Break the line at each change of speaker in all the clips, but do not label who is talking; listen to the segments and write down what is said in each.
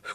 不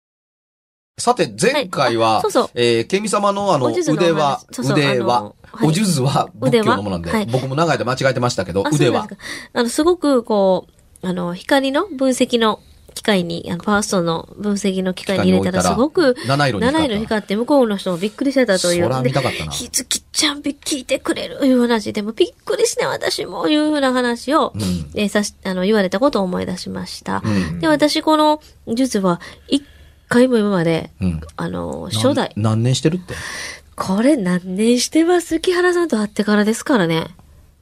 さて、前回は、
はいあそうそう
えー、ケミ様のあの、
お数珠の
腕は
お話、そうそう
腕
あ
は
の、はい
お数珠は仏教のものなんで、
腕ははい
僕も長い間間違えてましたけど、腕は
そうですかあのすごくこうあの光の分析の機械にあのパワーストーンの分析の機械に入れたらすごく
七色に光
七色
った。
に光って向こうの人もびっくりしてたという
そら見たかったな
でひつきちゃんび聞いてくれるいう話でもびっくりして私もいうふうな話を、
うん
えーさしあの言われたことを思い出しました、
うん
で私この術は一回も今まで
うん。
あの、
な
初代。
何年してるって。
これ何年してます木原さんと会ってからですからね。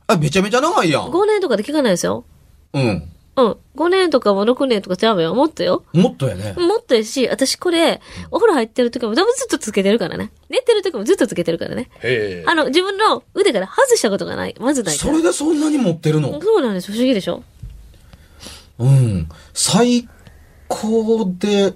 あ、めちゃめちゃ長いやん。
5年とかで聞かないですよ。
うん。
うん。5年とかも6年とかちゃうよ。もっとよ。
もっとやね。
もっとやし、私これ、お風呂入ってる時も多分ずっとつけてるからね。寝てる時もずっとつけてるからね。
へえ
あの、自分の腕から外したことがない。まずないか
そ
ら。
れでそんなに持ってるの
そうなんです。不思議でしょ
うん。最高で、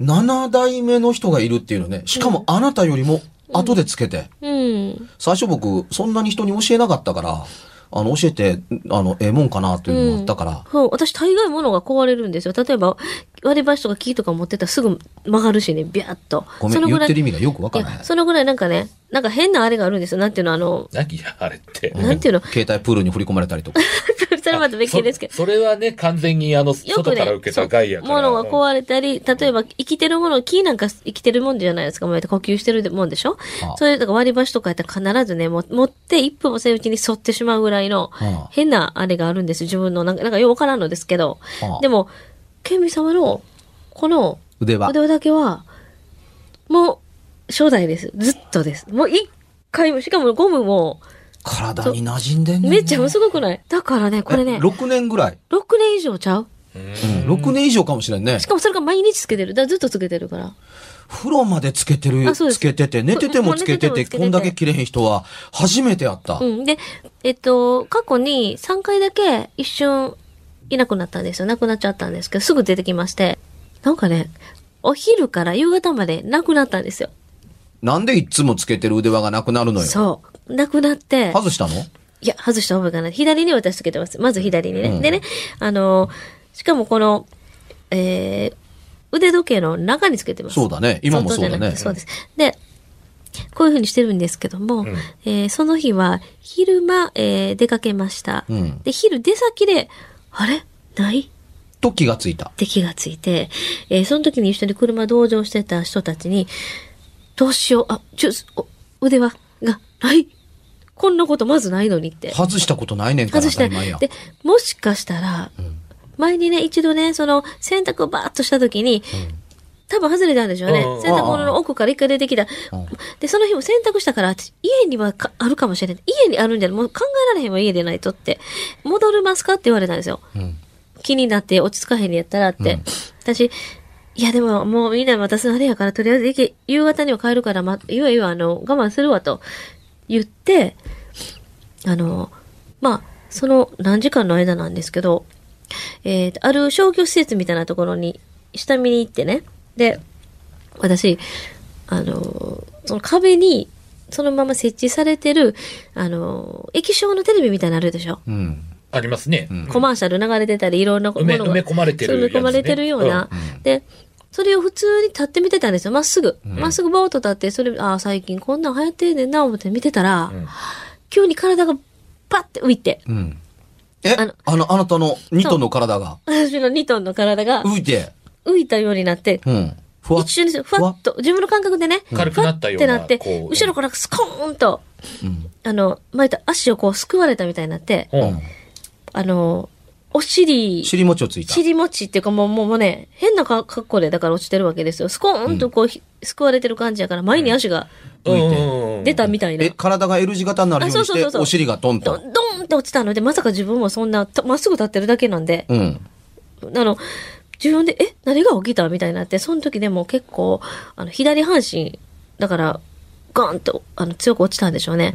7代目の人がいるっていうのね。しかもあなたよりも後でつけて。
うん。
最初僕、そんなに人に教えなかったから、あの、教えて、あの、ええもんかなっていうのもあったから。
そう、私大概物が壊れるんですよ。例えば、割り箸とか木とか持ってたらすぐ曲がるしね、ビャーっと。
ごめ
そ
ん、
のぐ
言
ら
っ
い
てる意味がよくわから
い
ない
や。そのぐらいなんかね、なんか変なあれがあるんですよ。なんていうの、あの、
何や、あれって。
なんていうの、
携帯プールに振り込まれたりとか。
それまた別件ですけど。
そそれはね、完全にあの、
よ
外
くね
から受けた害や、から。
物が壊れたり、例えば生きてるもの、木なんか生きてるもんじゃないですか、もう呼吸してるもんでしょ
ああ
それとか割り箸とかやったら必ずね、も持って一歩もせんうちに沿ってしまうぐらいの
ああ
変なあれがあるんですよ自分の。なんか、なんかよくわからんのですけど
ああ。
でも、ケンミ様の、この
腕は
腕。輪だけは、もう、初代です。ずっとです。もう一回も、しかもゴムも、
体に馴染んでんねんね。
めっちゃすごくないだからね、これ
え
ね、
6年ぐらい。
6年以上ちゃう
うん。6年以上かもしれんね
し。かもそれが毎日つけてる。だからずっとつけてるから。
風呂までつけてる、
あそうで
つ
す
けてて、寝ててもつけて
もう寝ててもつけ
て、
てて
こんだけ切れへん人は、初めてやった
う。ん。で、えっと、過去に3回だけ一瞬いなくなったんですよ。なくなっちゃったんですけど、すぐ出てきまして。なんかね、お昼から夕方までなくなったんですよ。
なんでいつもつけてる腕輪がなくなるのよ。
そう。なくなって。
外したの
いや、外した覚えがない。左に私つけてます。まず左にね。
うん
でね、あの、しかもこの、えー、腕時計の中につけてます。
そうだね。今もそう
外
だ
じゃなく
ね
て。そうです。で、こういうふうにしてるんですけども、
ん
えーその日は昼間、えー出かけました。
うん
で、昼出先で、あれないっ
と気がついた。
て気がついて、えーその時に一緒に車同乗してた人たちに、どうしよう、あ、ちゅ、お腕輪がない。こんなことまずないのにって。
外したことないねんから、
外し
当
た
た
い
り前や。
で、もしかしたら、前にね、一度ね、その、洗濯をバーっとした時に、多分外れたんでしょうね
うん。
洗濯物の奥から一回出てきた
うん。
で、その日も洗濯したから、私家にはかあるかもしれない。家にあるんじゃないもう考えられへんわ、家でないとって。戻れますかって言われたんですよ。
うん
気になって落ち着かへんにやったらって。私、いやでももうみんなまた座れやから、とりあえず行け、夕方には帰るから、ま、いいわいいわ、あの、我慢するわと言って、あの、まあ、その何時間の間なんですけど、えーと、ある商業施設みたいなところに、下見に行ってね。で、私、あの、その壁に、そのまま設置されてる、あの、液晶のテレビみたいなのあるでしょ。
うん。
ありますね。
ん
コマーシャル流れてたり、いろんなものが。
埋め埋め込まれてる
そう埋め込まれてるよう
や
な。で、それを普通に立って見てたんですよ。まっすぐ。ま、っすぐぼーっと立って、それ、ああ、最近こんなん流行ってんねんな、思って見てたら、
うん
急に体がパッて浮いて、
うん。え
あの
あの、あなたの2トンの体が
私の2トンの体が
浮いて、
浮いたようになって、
うん。ふわっ
一瞬ですよ。ふわっと、自分の感覚でね、
軽くなったよう
ふ
な
わってなっ
こ
て、
う
後ろからスコーンと、
うん。
あの、巻いた足をこう、すくわれたみたいになって、
うん
うん
あの、お尻、
尻餅をついた。
尻餅っていうかもう、もうもうね、変なか格好でだから落ちてるわけですよ。スコーンとこう、ひすくわれてる感じやから、前に足が
うん
出たみたいな。
え、体が L 字型になるよ
あ
うに
そうそうそう
して、
そう
お尻がトン
ど
と。
どーンって落ちたので、まさか自分もそんな、たまっすぐ立ってるだけなんで、
うん。
あの、自分で、え、何が起きたみたいになって、その時でも結構、あの、左半身、だから、ガーンと、あの、強く落ちたんでしょうね。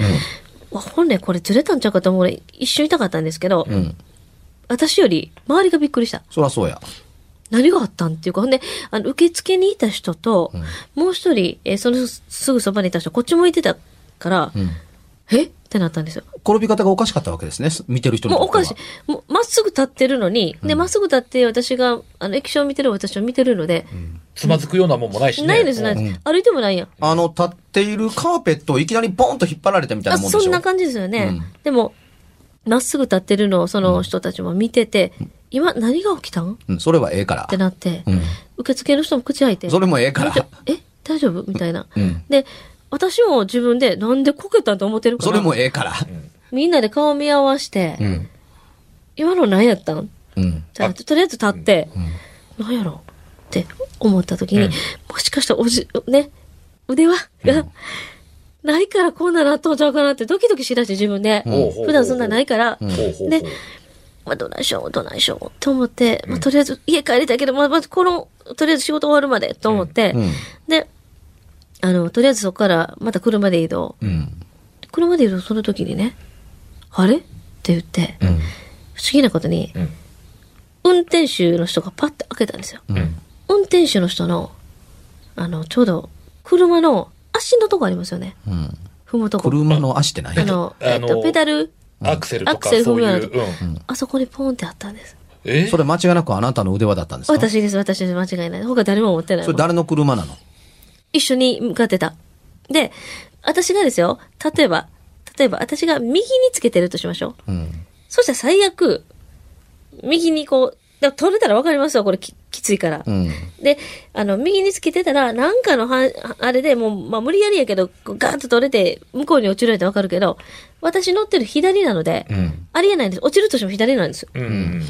わ本来これずれたんちゃうかと思う俺一瞬痛かったんですけど、
うん。
私より周りがびっくりした。
そらそうや。
何があったんっていうか、ほんで、あの、受付にいた人と、もう一人、えーそのすすぐそばにいた人、こっち向いてたから、
うん。
えってなったんですよ。
転び方がおかしかったわけですね。す見てる人に
もう
と
お
って
か
は。
しい。もうまっすぐ立ってるのに、で、まっすぐ立って私が、あの、液晶を見てる私を見てるので、
つまずくようなもんもないしね。
ないです、ない
うん
です。歩いてもないやん。
あの、立っているカーペットをいきなりボーンと引っ張られたみたい
あ
なもんでしょ。
そんな感じですよね。
うん
でも、まっすぐ立ってるのをその人たちも見てて、今何が起きたんっ
うん、それはええから
て。なって、
うん。
受付の人も口開いて、
それもええから。
え大丈夫みたいな。
うん。
で、私も自分でなんでこけたと思ってるか
そ
ら
れ、もええから。
みんなで顔見合わして、
うん。
今の何やったん
うん。
じゃあ、とりあえず立って、何やろって思った時に、
うん
もしかしたらおじ、ね、腕は、が、ないからこんななっとんちゃうかなってドキドキしだして自分で。
ほうほうほう
普段そんなないから、
ほうほうほう
ねまあ、どないしよう、どないしようと思って、まあ、とりあえず家帰りたいけど、まあ、まずこの、とりあえず仕事終わるまでと思って、
うん。
で、あの、とりあえずそこからまた車で移動。
うん。
車で移動その時にね、あれって言って、
うん。
不思議なことに、
うん
運転手の人がパッて開けたんですよ。
うん。
運転手の人の、あの、ちょうど、車の足のとこありますよね。
うん。
踏むとこ。
車の足ってない
あの、
あの
えっと、ペダル、
アクセルと
アク
か
セル踏
そ
む
う
ようないと
う。
こ
うん
あそこにポンってあったんです。
え
それ間違いなくあなたの腕輪だったんですか
私です、私です、間違いない。他誰も持ってない
それ。誰の車なの
一緒に向かってた。で、私がですよ、例えば、例えば私が右につけてるとしましょう。
うん。
そしたら最悪、右にこう、でも取れたらわかりますよ、これききついから。
うん。
で、あの、右につけてたら、なんかのは、あれでもう、まあ無理やりやけど、こうガーッと取れて、向こうに落ちるやつわかるけど、私乗ってる左なので、
うん。
ありえないんです。落ちるとしても左なんですよ。
うん。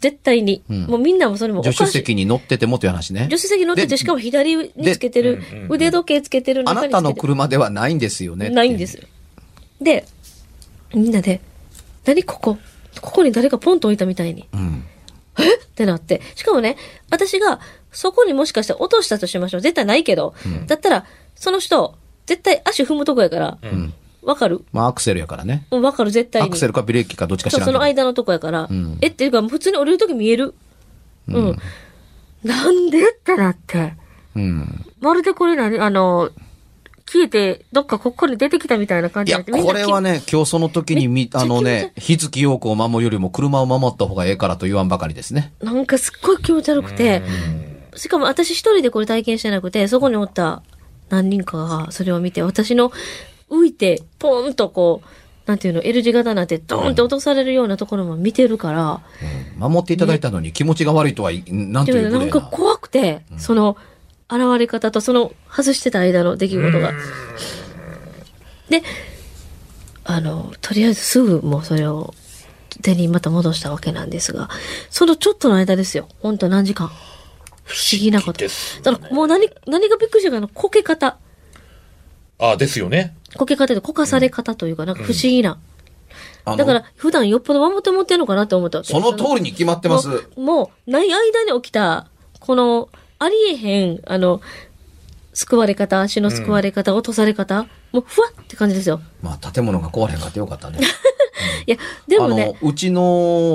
絶対に。
うん
もうみんなもそれもおか
助手
しい。
席に乗っててもという話ね
助。手席乗ってて、
で
しかも左につけてる
でうんうんう、ん
腕時計つけてる中に
あ
つ
な
けてる
たの車ではないんですよね。
ないんです。よ。で、みんなで、何ここここに誰かポンと置いたみたいに。
うん。
えってなって。しかもね、私が、そこにもしかして落としたとしましょう。絶対ないけど。だったら、その人、絶対足踏むとこやから、
ん
わかる
まあアクセルやからね。
うんわかる、絶対に。
アクセルかブレーキかどっちか知
そう、
らんけ
そ
ど
の間のとこやから。
ん
えっていうか、普通に降りるとき見える。うん。なんでってなって。
うん。
まるでこれ何あの、消えて、どっかここに出てきたみたいな感
い
じにな
や、
ってみんな
これはね、今日その時に
めっ
み
ち、ゃ
あの
気持
ね、日月陽子を守るよりも車を守った方がええからと言わんばかりですね。
なんかすっごい気持ち悪くて、しかも私一人でこれ体験してなくて、そこにおった何人かがそれを見て、私の浮いて、ポンとこう、なんていうの、L 字型になって、ドーンって落とされるようなところも見てるから、
守っていただいたのに気持ちが悪いとは、なんて
で
いう
も
無
なん
礼
か
な。
怖くて、その、現れ方とその外してた間の出来事が。で、あの、とりあえずすぐもうそれを手にまた戻したわけなんですが、そのちょっとの間ですよ。ほんと何時間。不思議なこと。
不思議ですね
だからもう何、何がびっくりしたかあの、こけ方。
あ、ですよね。
こけ方でこかされ方というか、なんか不思議な。
あの
だから、普段よっぽど守って持ってんのかなって思ったわけ
その通りに決まってます。
もうもう、ない間に起きた、この、ありえへん、あの、救われ方、足の救われ方、落とされ方、もう、ふわって感じですよ。
まあ、建物が壊れへんかってよか ったね。
いや、でもね、
あのうちの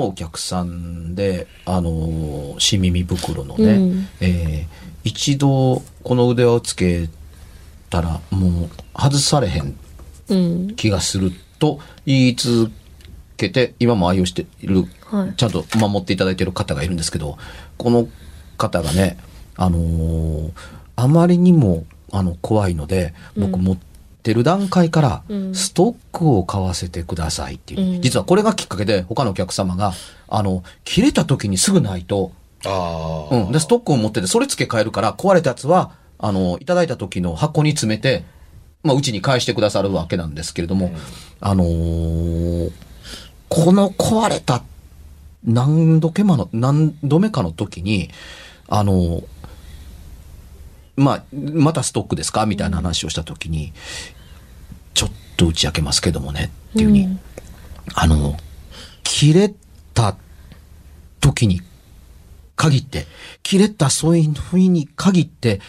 お客さんであの新耳袋のね、
うん
えー一度この腕輪をつけったらもう外されへん
うん。
気がすると言い続けて今も愛用している、
はい
ちゃんと守っていただいている方がいるんですけどこの方がねあのーあまりにもあの怖いので僕持ってる段階から
うん
ストックを買わせてくださいっていう、
うん
実はこれがきっかけで他のお客様があの切れた時にすぐないと
ああ、
うん。で、ストックを持ってて、それ付け替えるから、壊れたやつは、あの、いただいた時の箱に詰めて、まあ、うちに返してくださるわけなんですけれども、あのーこの壊れた、何度けまの、何度目かの時に、あのーまあ、またストックですかみたいな話をした時に、ちょっと打ち明けますけどもね、っていうふうに、
うん
あの、切れた時に限って、切れたそういうふうに限って、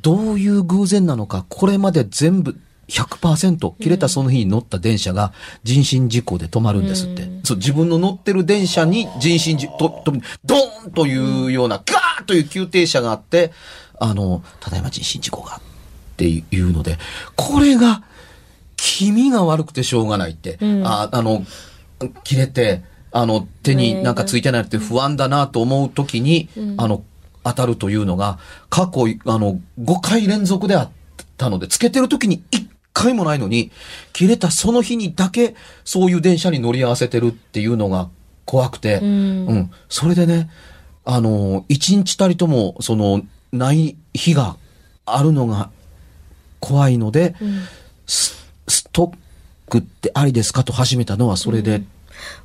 どういう偶然なのか、これまで全部100%切れたその日に乗った電車が人身事故で止まるんですって。そう、自分の乗ってる電車に人身事と、と、ドーンというような、ガーッという急停車があって、あの、ただいま人身事故が、っていうので、これが、気味が悪くてしょうがないって、
ん
ああの切れてあの手になんかついてないって不安だなと思う時に、あの当たるというのが過去あの5回連続であったのでつけてる時に1回もないのに切れたその日にだけそういう電車に乗り合わせてるっていうのが怖くて、
うん
うん、それでね、あの、一日たりとも、その、ない日があるのが怖いので、スストックってありですかと始めたのはそれで、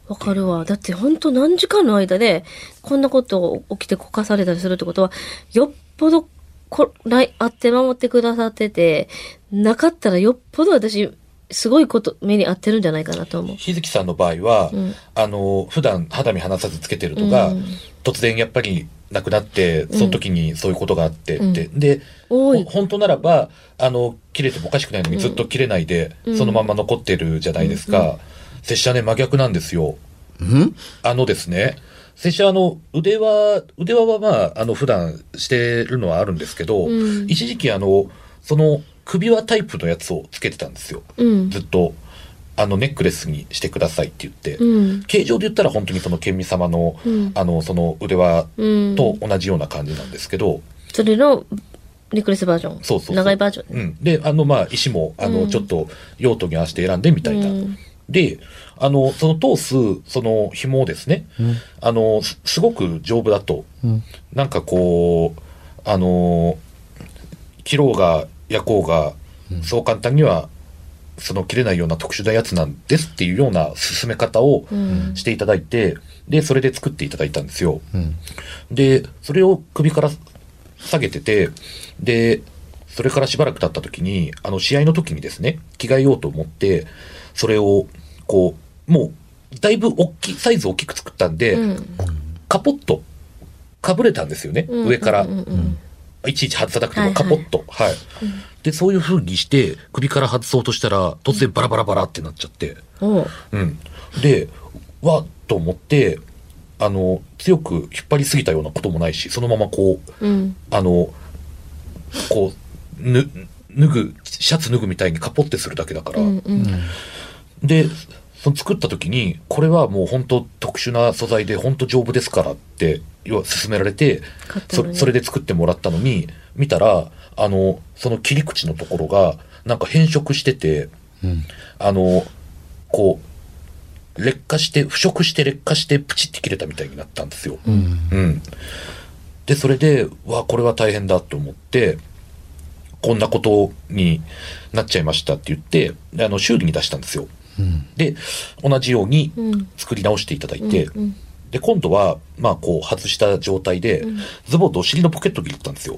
わかるわ。だってほんと何時間の間で、こんなこと起きてこかされたりするってことは、よっぽどこない、あって守ってくださってて、なかったらよっぽど私、すごいこと、目に合ってるんじゃないかなと思う。
日月さんの場合は、
うん
あの普段肌身離さずつけてるとか、
うん
突然やっぱりなくなってその時にそういうことがあって
うん
って、で
多い
ほ本当ならばあの切れてもおかしくないのにずっと切れないで、
うん
そのまま残ってるじゃないですか、拙者ね真逆なんですよ
うん
あのですね拙者あの腕輪腕輪はまああの普段してるのはあるんですけど、
うん
一時期あのその首輪タイプのやつをつけてたんですよ
うん。
ずっとあのネックレスにしてくださいって言って、
うん。
形状で言ったら本当にその県民様の、
うん
あのその腕輪
うん。
と同じような感じなんですけど、
それの、ネックレスバージョン。
そうそうそう
長いバージョン
う
ね。
ん、であのまあ石もあの、
うん
ちょっと用途に合わせて選んでみたいな、
うん
であのその通すその紐をですね
うん
あのすすごく丈夫だと
うん
なんかこうあの切ろうが焼こうが、
うん
そう簡単にはその切れないような特殊なやつなんですっていうような進め方を
うん
していただいて、でそれで作っていただいたんですよ。
うん
で、それを首から下げてて、で、それからしばらく経った時に、あの、試合の時にですね、着替えようと思って、それを、こう、もう、だいぶ大きい、サイズ大きく作ったんで、
うん
カポッと、かぶれたんですよね、上から
うん。うん
いちいち外さなくても、
はいは
カ
い
ポッと。はい。で、そういう風にして、首から外そうとしたら、突然バラバラバラってなっちゃって。
うんおう
うん、でわっと思ってあの強く引っ張りすぎたようなこともないしそのままこう
うん。
あのこうぬ脱ぐシャツ脱ぐみたいにカポってするだけだから、
うんうん。
でその作った時にこれはもう本当特殊な素材で本当丈夫ですからって要は勧められて
買ったの
そ
に
それで作ってもらったのに見たらあのその切り口のところがなんか変色してて。
うん
あの、こう、劣化して、腐食して劣化して、プチって切れたみたいになったんですよ。
うん
うん。で、それで、わあ、これは大変だと思って、こんなことになっちゃいましたって言って、であの、修理に出したんですよ。
うん
で、同じように
うん
作り直していただいて、
うん
で、今度は、まあ、こう、外した状態で、ズボンとお尻のポケットに入れたんですよ。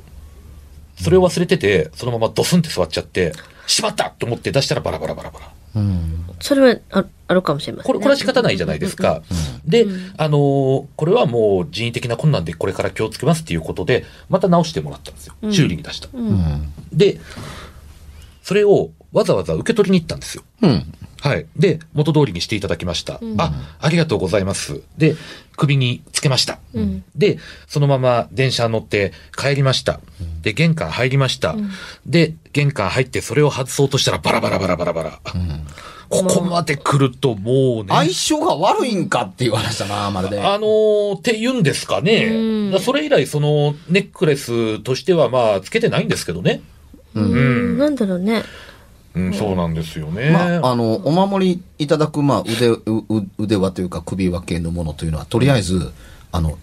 それを忘れてて、そのままドスンって座っちゃって、しまったと思って出したらバラバラバラバラ。
うん
それはああるかもしれませんね。
これ、これは仕方ないじゃないですか。で、あのーこれはもう人為的な困難でこれから気をつけますっていうことで、また直してもらったんですよ
う。ん
修理に出した。
うん。
う
うん
ん
で、それをわざわざ受け取りに行ったんですよ。
うん。
はい。で、元通りにしていただきました。あ、ありがとうございます。で、首につけました。で、そのまま電車に乗って帰りました。で、玄関入りました。で、玄関入ってそれを外そうとしたらバラバラバラバラバラ。ここまで来るともうね。
相性が悪いんかっていう話だな、まるで。
あのーって言うんですかね。
うん
だからそれ以来、そのネックレスとしては、まあ、つけてないんですけどね。
うん。なんだろうね。
うん、そうなんですよね。
まあ、あの、お守りいただく、まあ、腕、うう腕輪というか首輪系のものというのは、とりあえず、あの、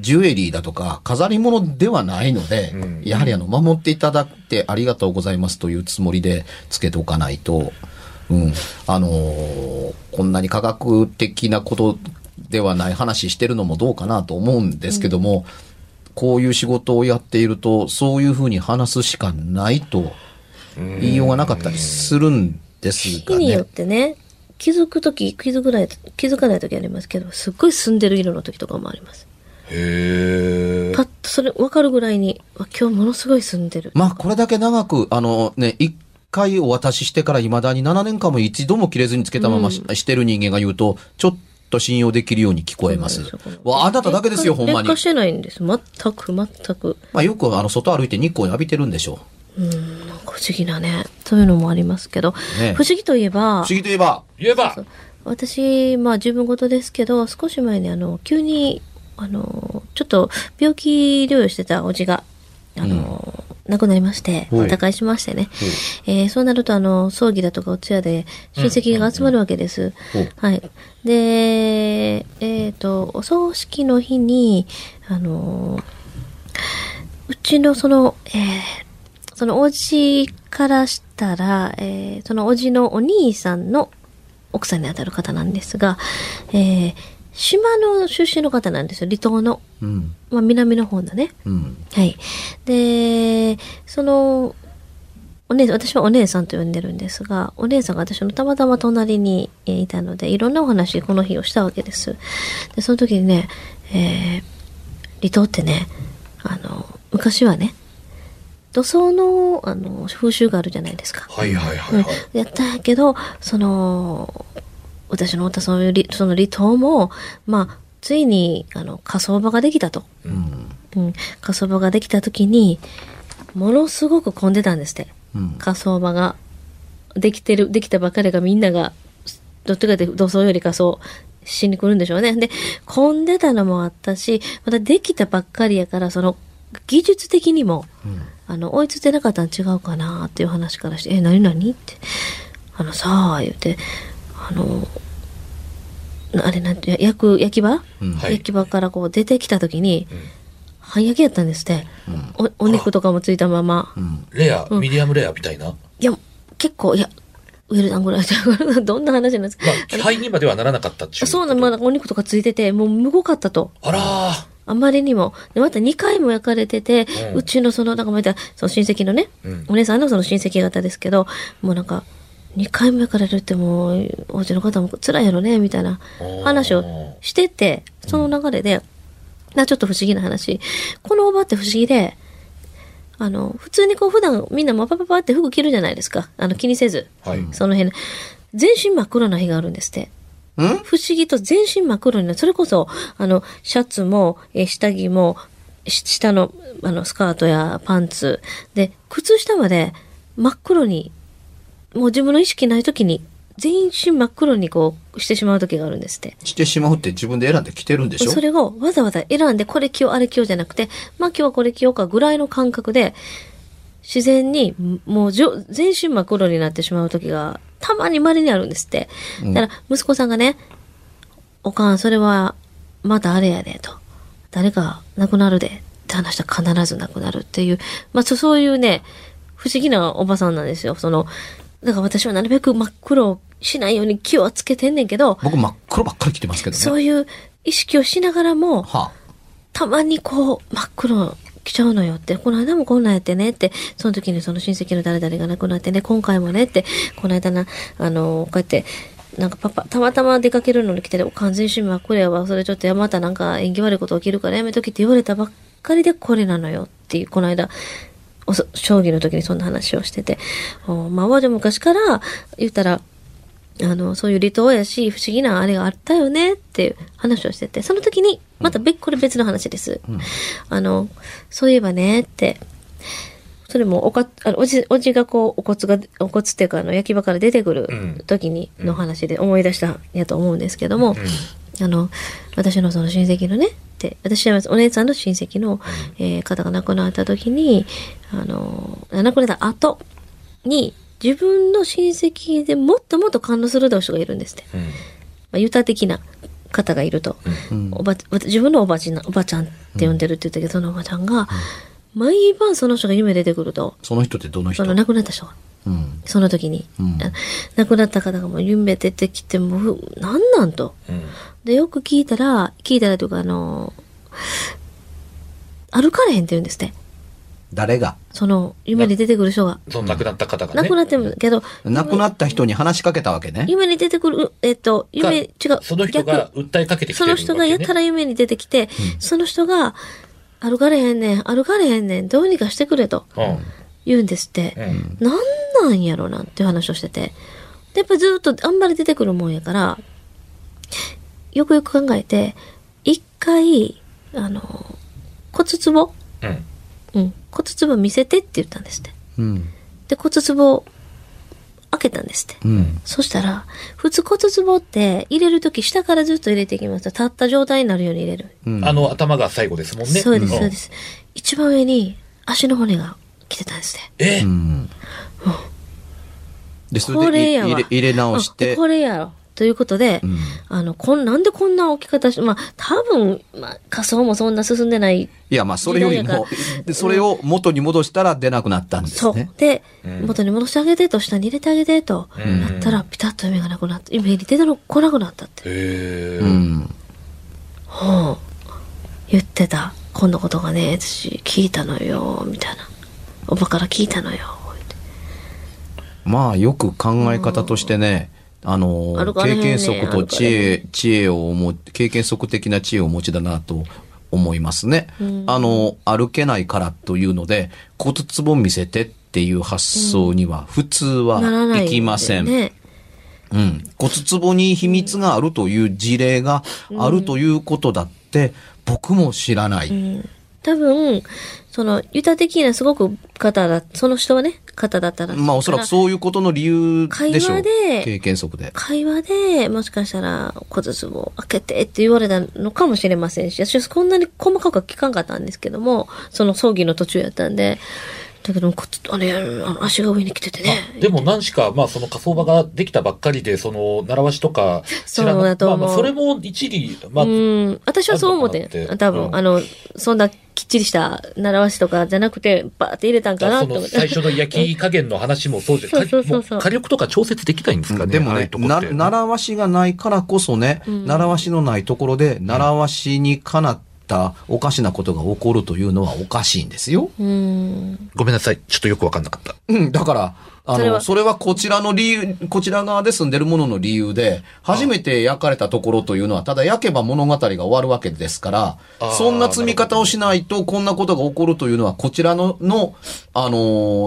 ジュエリーだとか、飾り物ではないので、
うん
やはりあの、守っていただいてありがとうございますというつもりでつけておかないと、うん、あのーこんなに科学的なことではない話してるのもどうかなと思うんですけども、こういう仕事をやっていると、そういうふうに話すしかないと言いようがなかったりするんです
日
が
に
ね
よっ。てね、気づくとき、気づくない、気づかないときありますけど、すっごい澄んでる色のときとかもあります。
へえ。
パッとそれ分かるぐらいに、あ今日ものすごい澄んでる。
まあ、これだけ長く、あのね、一回お渡ししてから未だに7年間も一度も切れずにつけたままし,、てる人間が言うと、ちょっと信用できるように聞こえます。わあなただけですよ、ほんまに
劣化。してないんです。全く、全く。
まあ、よくあの、外歩いて日光浴びてるんでしょ
うん、なんか不思議だね。そういうのもありますけど、
ね
不思議といえ
う。
ば
不思、議といえば、
言えば、
私、まあ自分事ですけど、少し前にあの、急に、あの、ちょっと病気療養してたおじが、あの、亡くなりまして、
はい
他界しましてね。えーそうなると、あの、葬儀だとかお通夜で親戚が集まるわけです。
うんうんうん
はい。で、えっ、と、お葬式の日に、あの、うちのその、えーそのおじからしたら、えーそのおじのお兄さんの奥さんにあたる方なんですが、えー島の出身の方なんですよ、離島の。
うん、
まあ、南の方だね。
うん、
はい。で、その、お姉私はお姉さんと呼んでるんですが、お姉さんが私のたまたま隣にえーいたので、いろんなお話、この日をしたわけです。で、その時にね、えー離島ってね、あの、昔はね、土葬の、あの、風習があるじゃないですか。
はいはいはいはい。
やったんやけど、その、私のおったその離その離島も、まあ、ついに、あの、火葬場ができたと。
うん、
うん、火葬場ができた時にものすごく混んでたんですって
うん。
火葬場ができてるできたばかりがみんながどっちかで土葬より火葬しに来るんでしょうねで混んでたのもあったしまたできたばっかりやからその技術的にも、あの追いついてなかったん違うかなっていう話からして「え何何?」って「あのさあ」言うてあのあれなんて焼く焼き場、
うん
はい
焼き場からこう出てきた時に、半焼きやったんですって、おお肉とかもついたまま、
レア、ミディアムレアみたいな。
いや結構いやウェルダンぐらい どんな話なんですか、
まあ、肺にまではならなかったっちゅう。
そうなの、まだお肉とかついててもうむごかったと
あらー。
あまりにもでまた2回も焼かれてて、
う
うんちのそのなんかまたその親戚のね、
うん
お姉さんのその親戚方ですけどもうなんか2回も焼かれるってもうお家の方も辛いやろねみたいな話をしててその流れで、なちょっと不思議な話このおばって不思議であの普通にこう普段みんなもパパパって服着るじゃないですかあの気にせず、
はい。
その辺全身真っ黒な日があるんですって。
うん
不思議と全身真っ黒になる。それこそ、あの、シャツも、えー下着も、し下の、あの、スカートやパンツ、で、靴下まで真っ黒に、もう自分の意識ない時に、全身真っ黒にこう、してしまう時があるんですって。
してしまうって自分で選んで着てるんでしょ
それをわざわざ選んで、これ着よう、あれ着ようじゃなくて、まあ今日はこれ着ようかぐらいの感覚で、自然に、もうじょ全身真っ黒になってしまう時が、たまに稀にあるんですって。だから、息子さんがね、おかん、それは、またあれやで、と。誰か亡くなるで、って話したら必ず亡くなるっていう、まあそそういうね、不思議なおばさんなんですよ。その、だから私はなるべく真っ黒をしないように気をつけてんねんけど、
僕真っ黒ばっかり着てますけどね。
そういう意識をしながらも、
は
たまにこう真っ黒来ちゃうのよってこの間もこんなんやってねってその時にその親戚の誰々が亡くなってね今回もねってこの間なあのこうやってなんかパパたまたま出かけるのに来て完全身真っ黒やわそれちょっとまたなんか縁起悪いこと起きるからやめときって言われたばっかりでこれなのよっていうこの間おそ将棋の時にそんな話をしてて、おまあ、王女昔から言ったら、あの、そういう離島やし、不思議なあれがあったよねっていう話をしてて、その時に、また別、これ別の話です。あの、そういえばねって、それもおか、あの、おじ、おじがこう、お骨が、お骨っていうか、あの、焼き場から出てく
うん
る時に、の話で思い出したんやと思うんですけども、あの、私のその親戚のね、って、私はお姉さんの親戚の、えー方が亡くなった時に、あの、亡くなった後に、自分の親戚でもっともっと感動鋭い人がいるんですって。
うん
まあ、ユタ的な方がいると、
うん
おばわた自分のおばちなおばちゃんって呼んでるって言ったけど、そのおばちゃんが、毎晩その人が夢出てくると、
その人ってどの人
その亡くなった人が、
うん。
その時に、
うん
あ亡くなった方がもう夢出てきて、もう、なんなんと。
うん
で、よく聞いたら、聞いたらというか、あの、歩かれへんって言うんですって。
誰が
その、夢に出てくる人が。
その亡くなった方がね。
亡くなってるけど、
亡くなった人に話しかけたわけね。
夢に出てくる、えっと、
が
夢、違う。
その人が
逆
訴えかけてきて
そ
る
の
わけ、ね。
人がやたら夢に出てきて、その人が、歩かれへんねん、歩かれへんねん、どうにかしてくれと
うん。
言うんですって。
うん。
なんなんやろなっていう話をしてて。で、やっぱずっとあんまり出てくるもんやから、よくよく考えて、一回、あの、骨壺
うん。
うん。骨壺見せてって言ったんですって。
うん。
で、骨壺を開けたんですって。
うん。
そしたら、普通骨壺って入れるとき下からずっと入れていきますと、立った状態になるように入れる。
うん。
あの頭が最後ですもんね。
そうです、
ん
そうで。す。一番上に足の骨が来てたんですね。
え、
うん。で、そ
こ
れで
れ
い
やわ。
入れ入れ直し
あ
て。
これやろ。ということで、
うん
あの、こん、なんでこんな置き方し、まあ、多分、まあ、仮想もそんな進んでない。
いや、まあ、それより
時代や
も
か、
でそれを元に戻したら出なくなったんです
そう。
ね。
で、
うん
元に戻してあげてと、下に入れてあげてと、
うん
やったら、ピタッと夢がなくなって、夢に出たの来なくなったって。
え
うん。
うん言ってた今度ことがね私聞いたのよみたいなおばから聞いたのよ
まあ、よく考え方としてね、あの
歩、かれへ
経
んね
験則と知恵、知恵をお持経験則的な知恵をお持ちだなと思いますね。あの、歩けないからというので、骨壺見せてっていう発想には、普通は
ならない
いきません。
ね
うん、骨壺に秘密があるという事例があるということだって、僕も知らない。
多分そのユタ的なすごく方だその人はね方だったら
まあおそらくそういうことの理由でしょ
会話
う。
で
経験則で。
会話でもしかしたら骨壺を開けてって言われたのかもしれませんし私はこんなに細かくは聞かんかったんですけどもその葬儀の途中やったんでだけど骨あれあの足が上に来ててね
あでも何しか、まあその火葬場ができたばっかりで、その、習わし とか知らな、
そうだと思う
まあまあそれも一理、まあ、
うん、私はそう思って
あるのかなって
ん。多分、
うん
あの、そんなきっちりした習わしとかじゃなくて、バーって入れたんかな
そ
と思
の
って。
最初の焼き加減の話もそうじゃ、
そうそうそうそう
も火力とか調節できないんですかね、
でも
ああい
ね
う、とこっ
な、
て
習わしがないからこそね、習わしのないところで、習わしにかなったおかしなことが起こるというのはおかしいんですよ。
うん。
ごめんなさい、ちょっとよくわかんなかった。
うん、だから、あの、
そ
そ
れ
れ
は
はこちらの理由、こちら側で住んでるものの理由で、初めて焼かれたところというのは、ただ焼けば物語が終わるわけですから
あー、
そんな積み方をしないと、こんなことが起こるというのは、こちらの、の、あの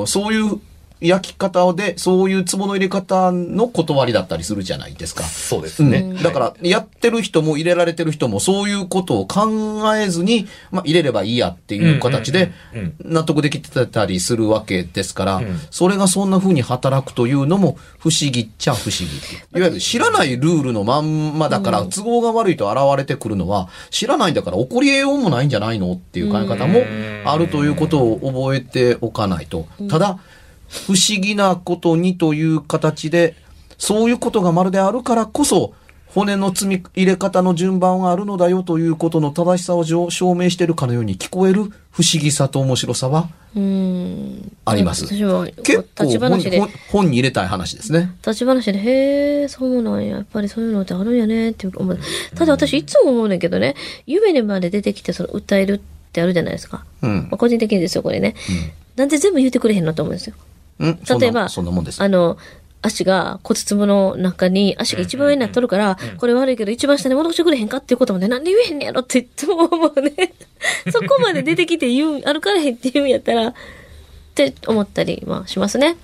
ーそういう焼き方で、そういう壺の入れ方の断りだったりするじゃないですか。
そうですね。
うんだから、やってる人も入れられてる人も、そういうことを考えずに、まあ、入れればいいやっていう形で
うんうんうん、
納得できてたりするわけですから、
ん
それがそんな風に働くというのも、不思議っちゃ不思議。いわゆる知らないルールのまんまだから、都合が悪いと現れてくるのは、知らないんだから、起こり得ようもないんじゃないのっていう考え方もあるということを覚えておかないと。ただ、不思議なことにという形で、そういうことがまるであるからこそ、骨の積み入れ方の順番があるのだよということの正しさを証証明してるかのように聞こえる不思議さと面白さは
うん。
あります。
私も、
結構
立ち
本
話で
本、本に入れたい話ですね。
立ち話で、へえ、そうなんや。やっぱりそういうのってあるんやねって思う。ただ私いつも思うねんけどね、夢にまで出てきて、その、歌えるってあるじゃないですか。
うん
まあ、個人的にですよ、これね。なんで全部言ってくれへんのと思うんですよ。
うん、そんな
例えば、
そんなもんです。
あの、足が骨壺の中に足が一番上になっとるから、これ悪いけど一番下に戻してくれへんかっていうこともね、なんで言えへんねやろっ ていつも思うね。そこまで出てきて言うん、歩かれへんって言うんやったら、って思ったりはしますね。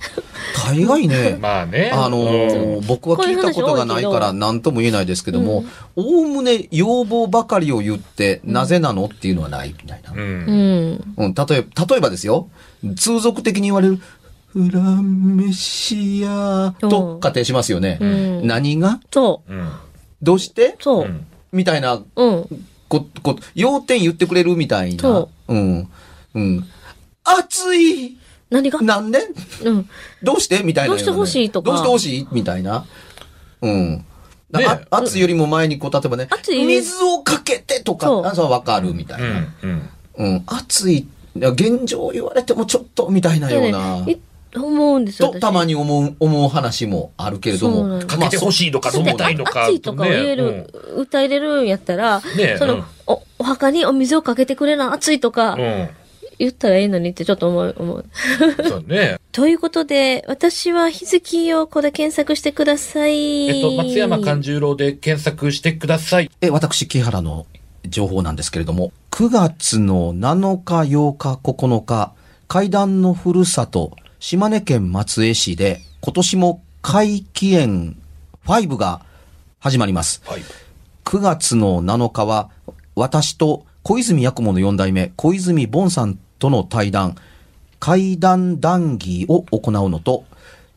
大概 ね、
まあね。
あのー
うん
僕は聞いたことがないから何とも言えないですけども、おおむね要望ばかりを言って、なぜなのっていうのはないみたいな。
うん
うん。
うん、例えば、例えばですよ、通俗的に言われる、フラメシアと仮定しますよね。
うん
何が
そ
うん
どうして
う。そうう。
ん
みたいな
うん。
こ、こ、要点言ってくれるみたいな
そ。
うん。うん。暑い
何が
なんで
うん。
どうしてみたいな、
どうして欲しいとか
どうして欲しいみたいな。うん。だ
ねえ
あ暑よりも前にこう、例えばね、
暑い
水をかけてとか
そう、
あそうわかるみたいうな。
んうん
うん、暑い、いや現状言われてもちょっとみたいなような、
ね、い思うんですよ。
と
私
たまに思う、思う話もあるけれど
そう
も
なんで、す
かけて欲しいのか飲みたいのか。
暑いとかを言え
ね
る、歌入れるんやったら、
ねえ
その、
うん
お、お墓にお水をかけてくれな、暑いとか
う、ん
言ったらいいのにってちょっと思う、思う。
うん。そうね。
ということで、私は日付陽子で検索してください。
えっと、松山勘十郎で検索してください。
え、私、木原の情報なんですけれども、9月の7日、8日、9日、階段のふるさと、島根県松江市で、今年も会期園5が始まります。
はい。
9月の7日は、私と小泉八雲の4代目、小泉ボンさんとの対談、怪談談義を行うのと、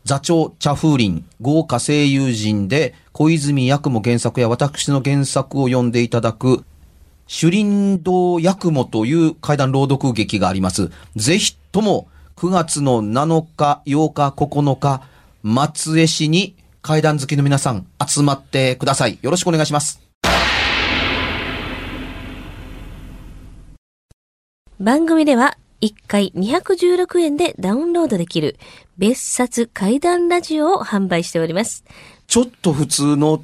座長茶風林、豪華声優陣で、小泉八雲原作や私の原作を読んでいただく、主林堂八雲という怪談朗読劇があります。ぜひとも、9月の7日、8日、9日、松江市に怪談好きの皆さん集まってください。よろしくお願いします。
番組では1回216円でダウンロードできる別冊怪談ラジオを販売しております。
ちょっと普通の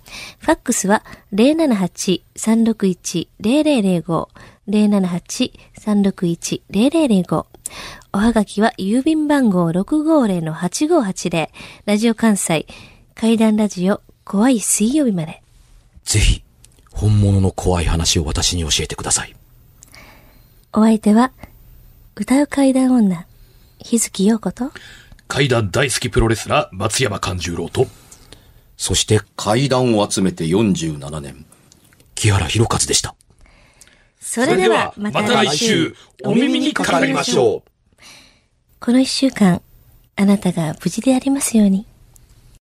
ファックスは、078-361-0005、078-361-0005。おはがきは、郵便番号650-8580、ラジオ関西、階段ラジオ、怖い水曜日まで。
ぜひ、本物の怖い話を私に教えてください。
お相手は、歌う怪談女、日月陽子と、
怪談大好きプロレスラー松山勘十郎と
そして、
階段を集めて47年。
木原博一でした。
それではまた来週、
お耳にかかりましょう
この一週間、あなたが無事でありますように。